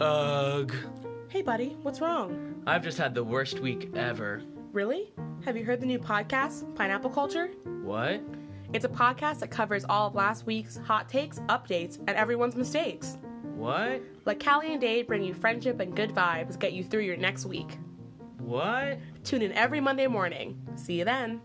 Ugh. Hey, buddy, what's wrong? I've just had the worst week ever. Really? Have you heard the new podcast, Pineapple Culture? What? It's a podcast that covers all of last week's hot takes, updates, and everyone's mistakes. What? Like Callie and Dade bring you friendship and good vibes, get you through your next week. What? Tune in every Monday morning. See you then.